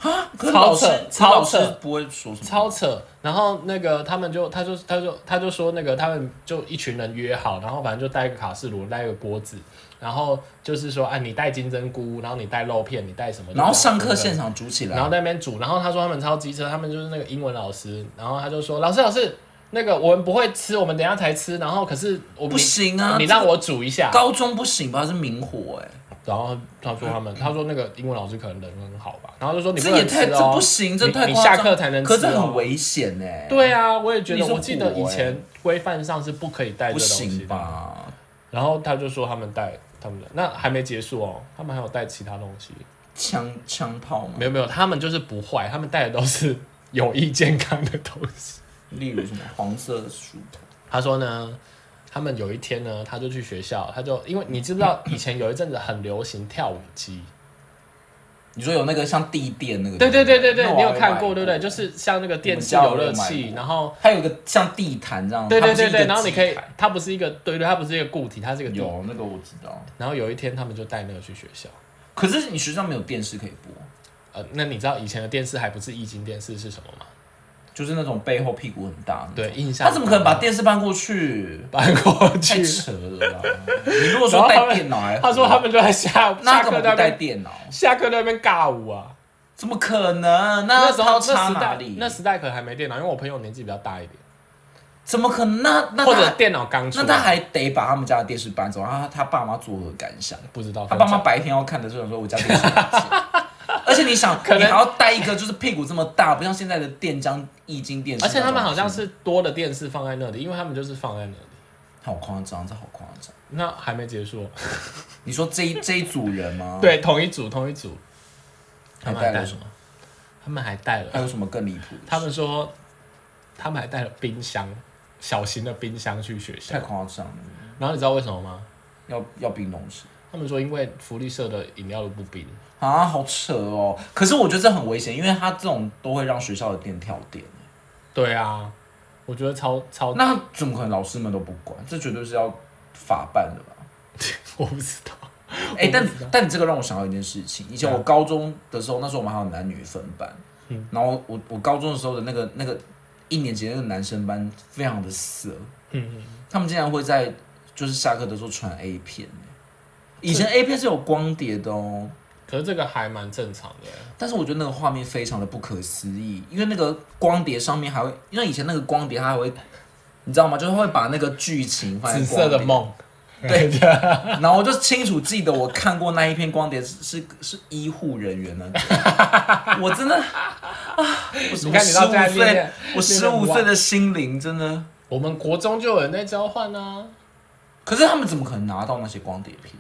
[SPEAKER 1] 啊，可是
[SPEAKER 2] 超
[SPEAKER 1] 老师
[SPEAKER 2] 扯超
[SPEAKER 1] 老师
[SPEAKER 2] 扯
[SPEAKER 1] 不会说什么，
[SPEAKER 2] 超扯。”然后那个他们就他就他就他就说那个他们就一群人约好，然后反正就带一个卡式炉，带一个锅子，然后就是说啊，你带金针菇，然后你带肉片，你带什么？
[SPEAKER 1] 然后上课
[SPEAKER 2] 现。
[SPEAKER 1] 现场煮起来，
[SPEAKER 2] 然后在那边煮，然后他说他们超机车，他们就是那个英文老师，然后他就说老师老师，那个我们不会吃，我们等一下才吃，然后可是我
[SPEAKER 1] 不行啊
[SPEAKER 2] 你
[SPEAKER 1] 这个
[SPEAKER 2] 让我煮一下，
[SPEAKER 1] 高中不行吧？是明火哎、
[SPEAKER 2] 然后他说他们他说那个英文老师可能人很好吧，然后就说你不
[SPEAKER 1] 这也
[SPEAKER 2] 能
[SPEAKER 1] 太
[SPEAKER 2] 吃
[SPEAKER 1] 这
[SPEAKER 2] 哦，
[SPEAKER 1] 不行，这
[SPEAKER 2] 你
[SPEAKER 1] 太
[SPEAKER 2] 你
[SPEAKER 1] 夸张
[SPEAKER 2] 下课才能吃、哦，
[SPEAKER 1] 可是很危险呢、欸。，
[SPEAKER 2] 对啊，我也觉
[SPEAKER 1] 你
[SPEAKER 2] 得，
[SPEAKER 1] 是
[SPEAKER 2] 我记得
[SPEAKER 1] 虎
[SPEAKER 2] 以
[SPEAKER 1] 欸
[SPEAKER 2] 前规范上是哎不可以带这
[SPEAKER 1] 不
[SPEAKER 2] 东西
[SPEAKER 1] 行
[SPEAKER 2] 的，
[SPEAKER 1] 吧？
[SPEAKER 2] 然后他就说他们带他们的，那还没结束哦，他们还有带其他东西，
[SPEAKER 1] 枪枪炮吗
[SPEAKER 2] 没？有没有，他们就是不坏，他们带的都是有益健康的东西。
[SPEAKER 1] 例如什么黄色的书头？
[SPEAKER 2] 他说呢，他们有一天呢，他就去学校，他就因为你知不知道以前有一阵子很流行跳舞机，
[SPEAKER 1] 你说有那个像地垫那个？
[SPEAKER 2] 对对对对
[SPEAKER 1] 那
[SPEAKER 2] 对，
[SPEAKER 1] 我
[SPEAKER 2] 你有
[SPEAKER 1] 还
[SPEAKER 2] 看
[SPEAKER 1] 买
[SPEAKER 2] 过对不对？就是像那个电器
[SPEAKER 1] 我们家
[SPEAKER 2] 游
[SPEAKER 1] 有
[SPEAKER 2] 乐
[SPEAKER 1] 买
[SPEAKER 2] 器，
[SPEAKER 1] 过
[SPEAKER 2] 然后
[SPEAKER 1] 它有一个像地毯这样。
[SPEAKER 2] 对对
[SPEAKER 1] 它不是
[SPEAKER 2] 对
[SPEAKER 1] 一
[SPEAKER 2] 对，
[SPEAKER 1] 个
[SPEAKER 2] 然后你
[SPEAKER 1] 机
[SPEAKER 2] 可以
[SPEAKER 1] 台，
[SPEAKER 2] 它不是一个对对，它不是一个固体，它是一个地。
[SPEAKER 1] 有那个我知道。
[SPEAKER 2] 然后有一天他们就带那个去学校，
[SPEAKER 1] 可是你学校没有电视可以播，
[SPEAKER 2] 呃，那你知道以前的电视还不是液晶电视是什么吗？
[SPEAKER 1] 就是那种背后屁股很大的那种。
[SPEAKER 2] 对，印
[SPEAKER 1] 嗯
[SPEAKER 2] 象
[SPEAKER 1] 他怎么可能把电视搬过去？
[SPEAKER 2] 搬过
[SPEAKER 1] 太
[SPEAKER 2] 去？
[SPEAKER 1] 扯了啦！你如果说
[SPEAKER 2] 然后他
[SPEAKER 1] 带
[SPEAKER 2] 们
[SPEAKER 1] 电脑还，
[SPEAKER 2] 他说他们就在下
[SPEAKER 1] 那
[SPEAKER 2] 下
[SPEAKER 1] 怎么
[SPEAKER 2] 课
[SPEAKER 1] 不
[SPEAKER 2] 在那
[SPEAKER 1] 带
[SPEAKER 2] 边
[SPEAKER 1] 电脑？
[SPEAKER 2] 下课在那边尬舞啊。
[SPEAKER 1] 怎么可能？那
[SPEAKER 2] 那时候
[SPEAKER 1] 要插
[SPEAKER 2] 那时
[SPEAKER 1] 哪
[SPEAKER 2] 代
[SPEAKER 1] 里？
[SPEAKER 2] 那时代可能还没电脑，因为我朋友年纪比较大一点。
[SPEAKER 1] 怎么可能？那那
[SPEAKER 2] 或
[SPEAKER 1] 他
[SPEAKER 2] 者电脑刚出
[SPEAKER 1] 那
[SPEAKER 2] 来，
[SPEAKER 1] 他还得把他们家的电视搬走，然后他他爸妈作何感想？
[SPEAKER 2] 不知道，
[SPEAKER 1] 他爸
[SPEAKER 2] 可能
[SPEAKER 1] 妈白天要看的这种说我家电视很近， 而且你想，
[SPEAKER 2] 可能
[SPEAKER 1] 你还要带一个就是屁股这么大，不像现在的电浆液晶电视
[SPEAKER 2] 而
[SPEAKER 1] 那种，
[SPEAKER 2] 且他们好像是多的电视放在那里，因为他们就是放在那里。
[SPEAKER 1] 好夸张，这好夸张。
[SPEAKER 2] 那还没结束，哦
[SPEAKER 1] 哦你说这一这一组人吗？，
[SPEAKER 2] 对，同一组，同一组。他
[SPEAKER 1] 还
[SPEAKER 2] 们
[SPEAKER 1] 带
[SPEAKER 2] 还带
[SPEAKER 1] 了
[SPEAKER 2] 什
[SPEAKER 1] 什么？呃
[SPEAKER 2] 么？他们还带
[SPEAKER 1] 还
[SPEAKER 2] 了，
[SPEAKER 1] 有什么更离谱的事？
[SPEAKER 2] 他们说他们还带了冰箱，小型的冰箱去学校
[SPEAKER 1] 太。夸张了，
[SPEAKER 2] 然后你知道为什么吗？
[SPEAKER 1] 要要冰冻室。
[SPEAKER 2] 他们说因为福利社的饮料都不冰，
[SPEAKER 1] 啊，好扯哦！可是我觉得这很危险，因为他这种都会让学校的电跳电。
[SPEAKER 2] 对啊，我觉得超超，
[SPEAKER 1] 那怎么可能老师们都不管？这绝对是要法办的吧？
[SPEAKER 2] 我不知道。
[SPEAKER 1] 哎、但但你这个让我想到一件事情。以前
[SPEAKER 2] 对啊
[SPEAKER 1] 我高中的时候，那时候我们还有男女分班，
[SPEAKER 2] 嗯
[SPEAKER 1] 然后我我高中的时候的那个那个一年级的那个男生班非常的色，
[SPEAKER 2] 嗯，
[SPEAKER 1] 他们竟然会在就是下课的时候传 A 片。欸以前 A 片是有光碟的哦，
[SPEAKER 2] 可是这个还蛮正常的。
[SPEAKER 1] 但是我觉得那个画面非常的不可思议，因为那个光碟上面还会，因为以前那个光碟它还会，你知道吗？就是会把那个剧情放在
[SPEAKER 2] 紫色
[SPEAKER 1] 光
[SPEAKER 2] 的
[SPEAKER 1] 碟
[SPEAKER 2] 梦，
[SPEAKER 1] 对，然后我就清楚记得我看过那一篇光碟是是是医护人员呢，我真的啊，我
[SPEAKER 2] 你看你到现在
[SPEAKER 1] 我15岁，我
[SPEAKER 2] 练
[SPEAKER 1] 十
[SPEAKER 2] 得很
[SPEAKER 1] 五
[SPEAKER 2] 晚
[SPEAKER 1] 岁的心灵真的，
[SPEAKER 2] 我们国中就有人在交换啊。
[SPEAKER 1] 可是他们怎么可能拿到那些光碟片？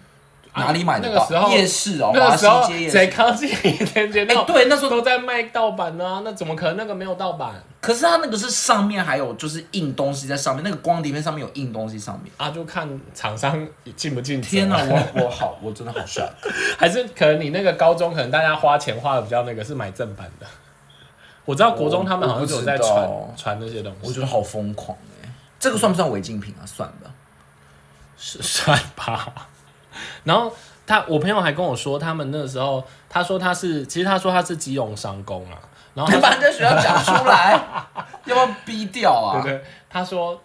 [SPEAKER 2] 啊
[SPEAKER 1] 哪里买得
[SPEAKER 2] 那个时
[SPEAKER 1] 到？
[SPEAKER 2] 候
[SPEAKER 1] 夜市哦，
[SPEAKER 2] 那
[SPEAKER 1] 华
[SPEAKER 2] 个时候
[SPEAKER 1] 西街夜
[SPEAKER 2] 谁
[SPEAKER 1] 市。
[SPEAKER 2] 靠近一 点点？
[SPEAKER 1] 哎、
[SPEAKER 2] 那
[SPEAKER 1] 对，那时候
[SPEAKER 2] 都在卖盗版呢、啊，那怎么可能那个没有盗版
[SPEAKER 1] 可是它那个是上面还有就是印东西在上面，那个光碟片上面有印东西上面。
[SPEAKER 2] 啊？就看厂商 进不进。
[SPEAKER 1] 天哪、
[SPEAKER 2] 哪，
[SPEAKER 1] 我我好，我真的好帅。
[SPEAKER 2] 还是可能你那个高中可能大家花钱花的比较那个，是买正版的。我知道国中他们好像就有在
[SPEAKER 1] 我
[SPEAKER 2] 传
[SPEAKER 1] 哦我不知道
[SPEAKER 2] 传那些东
[SPEAKER 1] 我
[SPEAKER 2] 西，
[SPEAKER 1] 觉得好疯狂哎、这个算不算违禁品啊？算吧。
[SPEAKER 2] 是算吧。 然后他，我朋友还跟我说，他们那时候他说他是，其实他说他是基隆商工啊， 然后
[SPEAKER 1] 你
[SPEAKER 2] 他
[SPEAKER 1] 把人家学校讲出来， 要不要逼掉啊？
[SPEAKER 2] 对对，他说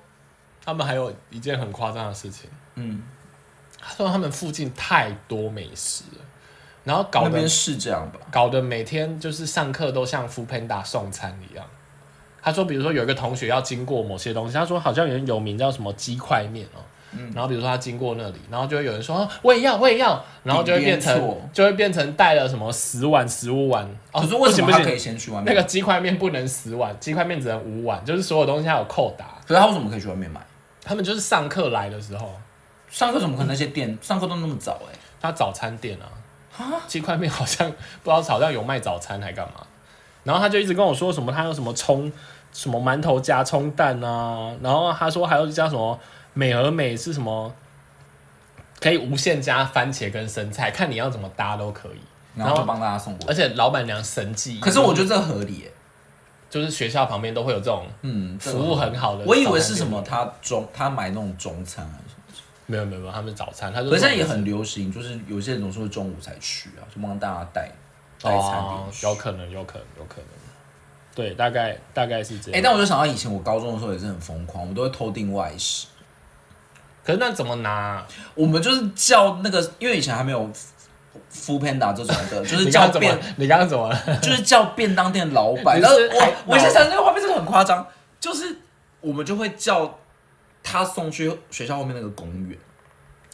[SPEAKER 2] 他们还有一件很夸张的事情，
[SPEAKER 1] 嗯，
[SPEAKER 2] 他说他们附近太多美食了，然后搞
[SPEAKER 1] 那
[SPEAKER 2] 得
[SPEAKER 1] 边是这样吧？
[SPEAKER 2] 搞得每天就是上课都像 f o o Panda 送餐一样。他说，比如说有一个同学要经过某些东西，他说好像有人有名叫什么鸡块面哦，
[SPEAKER 1] 嗯
[SPEAKER 2] 然后比如说他经过那里，然后就会有人说啊我也要，我也要，然后就会变
[SPEAKER 1] 顶边错
[SPEAKER 2] 成就会变成带了什么十碗、十五碗。哦，
[SPEAKER 1] 可是为什么
[SPEAKER 2] 不
[SPEAKER 1] 他
[SPEAKER 2] 行
[SPEAKER 1] 可
[SPEAKER 2] 不
[SPEAKER 1] 以
[SPEAKER 2] 行？
[SPEAKER 1] 先去外面？
[SPEAKER 2] 那个鸡块面不能十碗，鸡块面只能五碗，就是所有东西还有扣打。
[SPEAKER 1] 可是他为什么可以去外面买？
[SPEAKER 2] 他们就是上课来的时候，
[SPEAKER 1] 上课怎么可能那些店上课都那么早哎、
[SPEAKER 2] 他早餐店啊，鸡块面好像 不知道好像有卖早餐还干嘛，然后他就一直跟我说什么他有什么葱什么馒头加葱蛋啊，然后他说还有一家什么美而美是什么，可以无限加番茄跟生菜，看你要怎么搭都可以。
[SPEAKER 1] 然后就帮大家送过
[SPEAKER 2] 而
[SPEAKER 1] 去。
[SPEAKER 2] 且老板娘神技，
[SPEAKER 1] 可是我觉得这个合理、欸，
[SPEAKER 2] 就是学校旁边都会有这种
[SPEAKER 1] 嗯，这个
[SPEAKER 2] 服务很好的早餐店，
[SPEAKER 1] 我以为是什么他中他买那种中餐还是什么，
[SPEAKER 2] 没有没有没有，他们早餐，他就
[SPEAKER 1] 可是现在也很流行，就是有些人总是会中午才去啊，就帮大家带带餐
[SPEAKER 2] 哦
[SPEAKER 1] 点，去。
[SPEAKER 2] 有可能有可能有可能，对，大概大概是这
[SPEAKER 1] 哎、
[SPEAKER 2] 样。
[SPEAKER 1] 但我就想到以前我高中的时候也是很疯狂，我们都会偷订外食。
[SPEAKER 2] 可是那怎么拿啊、
[SPEAKER 1] 我们就是叫那个，因为以前还没有 Food Panda 这种 的，就是
[SPEAKER 2] 你刚
[SPEAKER 1] 叫
[SPEAKER 2] 刚怎
[SPEAKER 1] 便
[SPEAKER 2] 么？你刚刚怎么了？
[SPEAKER 1] 就是叫便当店老板。
[SPEAKER 2] 你是
[SPEAKER 1] 然后
[SPEAKER 2] 还
[SPEAKER 1] 我我就想这个画面真的很夸张，就是我们就会叫他送去学校后面那个公园，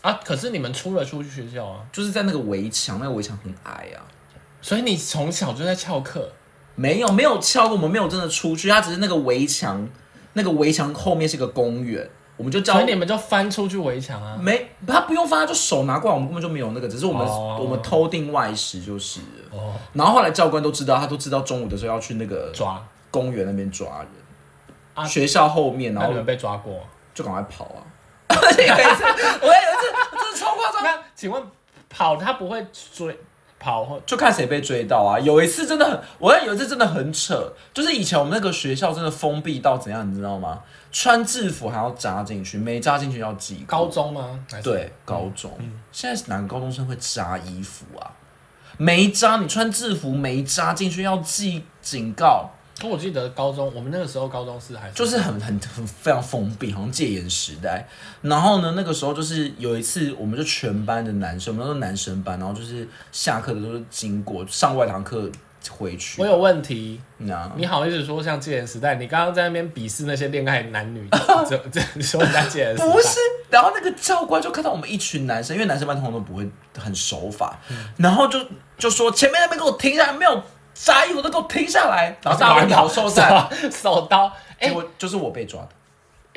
[SPEAKER 2] 啊！可是你们出了出去学校啊，
[SPEAKER 1] 就是在那个围墙，那个围墙很矮啊。
[SPEAKER 2] 所以你从小就在翘课。
[SPEAKER 1] 没有没有敲过，我们没有真的出去，他只是那个围墙，那个围墙后面是个公园，我们就叫
[SPEAKER 2] 所以你们就翻出去围墙啊！
[SPEAKER 1] 没他不用翻，他就手拿过来，我们根本就没有那个，只是我们、
[SPEAKER 2] 哦
[SPEAKER 1] 我们偷订外食就是了。
[SPEAKER 2] 哦，
[SPEAKER 1] 然后后来教官都知道，他都知道中午的时候要去那个
[SPEAKER 2] 抓！
[SPEAKER 1] 公园那边抓人，
[SPEAKER 2] 啊
[SPEAKER 1] 学校后面，然
[SPEAKER 2] 那
[SPEAKER 1] 后
[SPEAKER 2] 你们被抓过？
[SPEAKER 1] 就赶快跑啊！ 而且有一次，我也有一次，真的超夸张，
[SPEAKER 2] 那请问跑他不会追跑会？
[SPEAKER 1] 就看谁被追到啊！有一次真的很，我有一次真的很扯，就是以前我们那个学校真的封闭到怎样，你知道吗？穿制服还要扎进去，没扎进去要记
[SPEAKER 2] 高中吗？还是
[SPEAKER 1] 对，高中，
[SPEAKER 2] 嗯
[SPEAKER 1] 现在哪个高中生会扎衣服啊？没扎，你穿制服没扎进去要记警告，
[SPEAKER 2] 可我记得高中我们那个时候高中是还是
[SPEAKER 1] 就是很很很非常封闭，好像戒严时代。然后呢，那个时候就是有一次，我们就全班的男生，我们都是男生班，然后就是下课的时候就经过上外堂课回去
[SPEAKER 2] 我，有问题，
[SPEAKER 1] 那
[SPEAKER 2] 你好意思说像戒严时代？你刚刚在那边鄙视那些恋爱男 女，这这你说人家戒严时代？
[SPEAKER 1] 不是，然后那个教官就看到我们一群男生，因为男生班通常都不会很守法，然后就就说前面那边给我停下来，没有扎衣服都给我停下来，然后大家好受伤。
[SPEAKER 2] 手手刀，哎、
[SPEAKER 1] 结果就是我被抓的，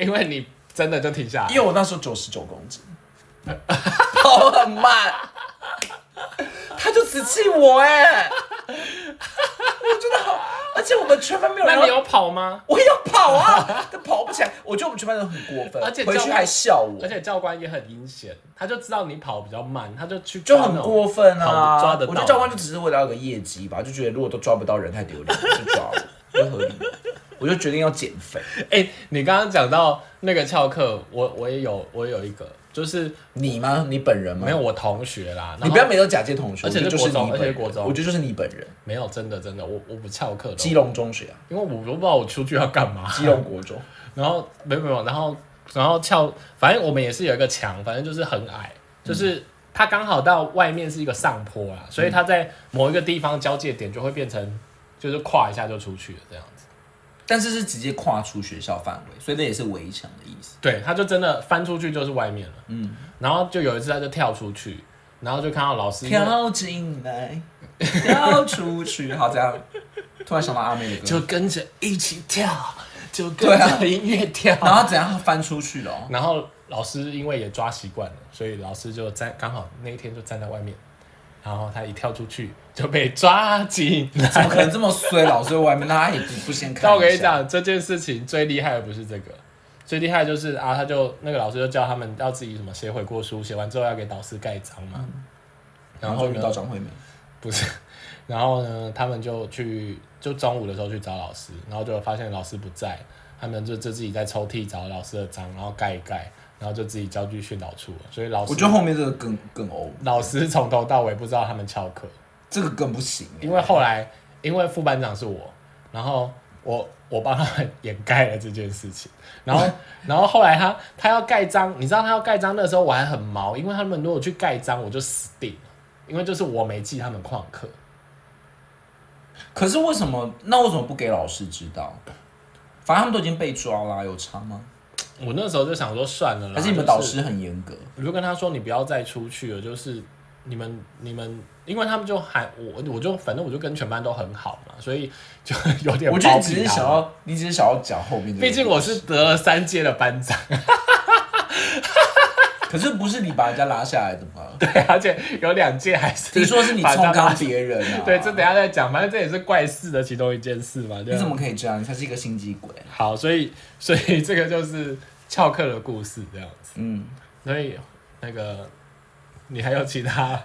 [SPEAKER 2] 因为你真的就停下来
[SPEAKER 1] 因。为我那时候九十九公斤，跑很慢，他就只气我哎、我真的好，而且我们全班没有人
[SPEAKER 2] 那
[SPEAKER 1] 要
[SPEAKER 2] 你有跑吗？
[SPEAKER 1] 我也要跑啊，但跑不起来。我觉得我们全班人很过分，
[SPEAKER 2] 而且
[SPEAKER 1] 回
[SPEAKER 2] 教
[SPEAKER 1] 去
[SPEAKER 2] 官
[SPEAKER 1] 还笑我
[SPEAKER 2] 而，且教官也很阴险，他就知道你跑比较慢，他就去
[SPEAKER 1] 就
[SPEAKER 2] 抓
[SPEAKER 1] 很
[SPEAKER 2] 那种
[SPEAKER 1] 过分
[SPEAKER 2] 跑
[SPEAKER 1] 啊！
[SPEAKER 2] 得抓得到
[SPEAKER 1] 我觉得教官就只是为了要有个业绩吧，就觉得如果都抓不到人太丢脸， 就抓我，就合理。我就决定要减肥，
[SPEAKER 2] 哎、你刚刚讲到那个翘课，我我也有我有一个，就是
[SPEAKER 1] 你吗？你本人吗？
[SPEAKER 2] 没有，我同学啦，
[SPEAKER 1] 你不要每个假借同学，
[SPEAKER 2] 而且是
[SPEAKER 1] 我觉得就是
[SPEAKER 2] 国中
[SPEAKER 1] 你本
[SPEAKER 2] 而且
[SPEAKER 1] 人
[SPEAKER 2] 是国中
[SPEAKER 1] 我觉得就是你本人，
[SPEAKER 2] 没有真的真的，我我不翘课
[SPEAKER 1] 基
[SPEAKER 2] 的，
[SPEAKER 1] 隆中 学啊，
[SPEAKER 2] 因为我都不知道我出去要干嘛。
[SPEAKER 1] 基隆国中，
[SPEAKER 2] 然后没有没有，然后然后翘，反正我们也是有一个墙，反正就是很矮，就是它刚好到外面是一个上坡啦，
[SPEAKER 1] 嗯
[SPEAKER 2] 所以它在某一个地方交界点就会变成，就是跨一下就出去了这样子。
[SPEAKER 1] 但是是直接跨出学校范围，所以那也是围墙的意思。
[SPEAKER 2] 对，他就真的翻出去就是外面了，
[SPEAKER 1] 嗯，
[SPEAKER 2] 然后就有一次他就跳出去，然后就看到老师因为
[SPEAKER 1] 跳进来，跳出去，好这样。突然想到阿妹的歌，
[SPEAKER 2] 就跟着一起跳，就
[SPEAKER 1] 对
[SPEAKER 2] 跟
[SPEAKER 1] 啊
[SPEAKER 2] 着音乐跳，
[SPEAKER 1] 然后怎样翻出去了哦？
[SPEAKER 2] 然后老师因为也抓习惯了，所以老师就站刚好那一天就站在外面，然后他一跳出去就被抓 进来。
[SPEAKER 1] 怎么可能这么衰？老师在外面，那他也不不先看。
[SPEAKER 2] 但我跟你，讲，这件事情最厉害的不是这个，最厉害的就是啊，他就那个老师就叫他们要自己什么写悔过书，写完之后要给导师盖章嘛。
[SPEAKER 1] 嗯然
[SPEAKER 2] 然
[SPEAKER 1] 后
[SPEAKER 2] 后
[SPEAKER 1] 遇
[SPEAKER 2] 呢
[SPEAKER 1] 到张惠妹，
[SPEAKER 2] 不是，然后呢，他们就去，就中午的时候去找老师，然后就发现老师不在，他们就就自己在抽屉找老师的章，然后盖一盖，然后就自己交去训导处了。所以老师，
[SPEAKER 1] 我觉得后面这个更更欧，
[SPEAKER 2] 老师从头到尾不知道他们翘课，
[SPEAKER 1] 这个更不行欸。
[SPEAKER 2] 因为后来因为副班长是我，然后我我帮他们掩盖了这件事情，然后然后后来他他要盖章，你知道他要盖章的时候我还很毛，因为他们如果去盖章我就死定了，因为就是我没记他们旷课。
[SPEAKER 1] 可是为什么？那为什么不给老师知道？反正他们都已经被抓啦，有差吗？
[SPEAKER 2] 我那时候就想说算了啦，
[SPEAKER 1] 还是你们导师很严格？
[SPEAKER 2] 我就跟他说，你不要再出去了，就是你们你们，因为他们就还我，我就反正我就跟全班都很好嘛，所以就有点
[SPEAKER 1] 我觉得
[SPEAKER 2] 包
[SPEAKER 1] 你只
[SPEAKER 2] 庇
[SPEAKER 1] 是
[SPEAKER 2] 他
[SPEAKER 1] 想
[SPEAKER 2] 们。
[SPEAKER 1] 要，你只是想要讲后面的。
[SPEAKER 2] 毕竟我是得了三届的班长，
[SPEAKER 1] 可是不是你把人家拉下来的 吗？
[SPEAKER 2] 对，而且有两届还是
[SPEAKER 1] 听说是你
[SPEAKER 2] 把
[SPEAKER 1] 冲
[SPEAKER 2] 他
[SPEAKER 1] 刚
[SPEAKER 2] 们。
[SPEAKER 1] 别人啊？
[SPEAKER 2] 对，这等一下再讲，反正这也是怪事的其中一件事嘛。对啊
[SPEAKER 1] 你
[SPEAKER 2] 吧
[SPEAKER 1] 怎么可以这样？你才是一个心机鬼。
[SPEAKER 2] 好？所以 所以这个就是翘课的故事这样子。
[SPEAKER 1] 嗯，
[SPEAKER 2] 所以那个你还有其 他？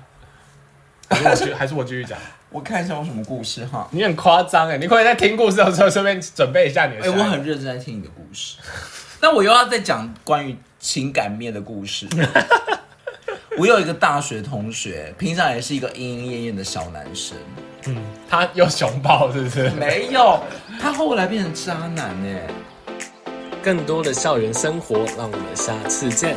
[SPEAKER 2] 还是我继还是我继续讲？
[SPEAKER 1] 我看一下有什么故事哈。
[SPEAKER 2] 你很夸张哎！你可以在听故事的时候顺便准备一下你的
[SPEAKER 1] 哎、
[SPEAKER 2] 下一个。
[SPEAKER 1] 我很认真在听你的故事，但我又要再讲关于情感面的故事。我有一个大学同学，平常也是一个莺莺燕燕的小男生，
[SPEAKER 2] 嗯，他又熊抱是不是？
[SPEAKER 1] 没有，他后来变成渣男哎、
[SPEAKER 3] 更多的校园生活，让我们下次见，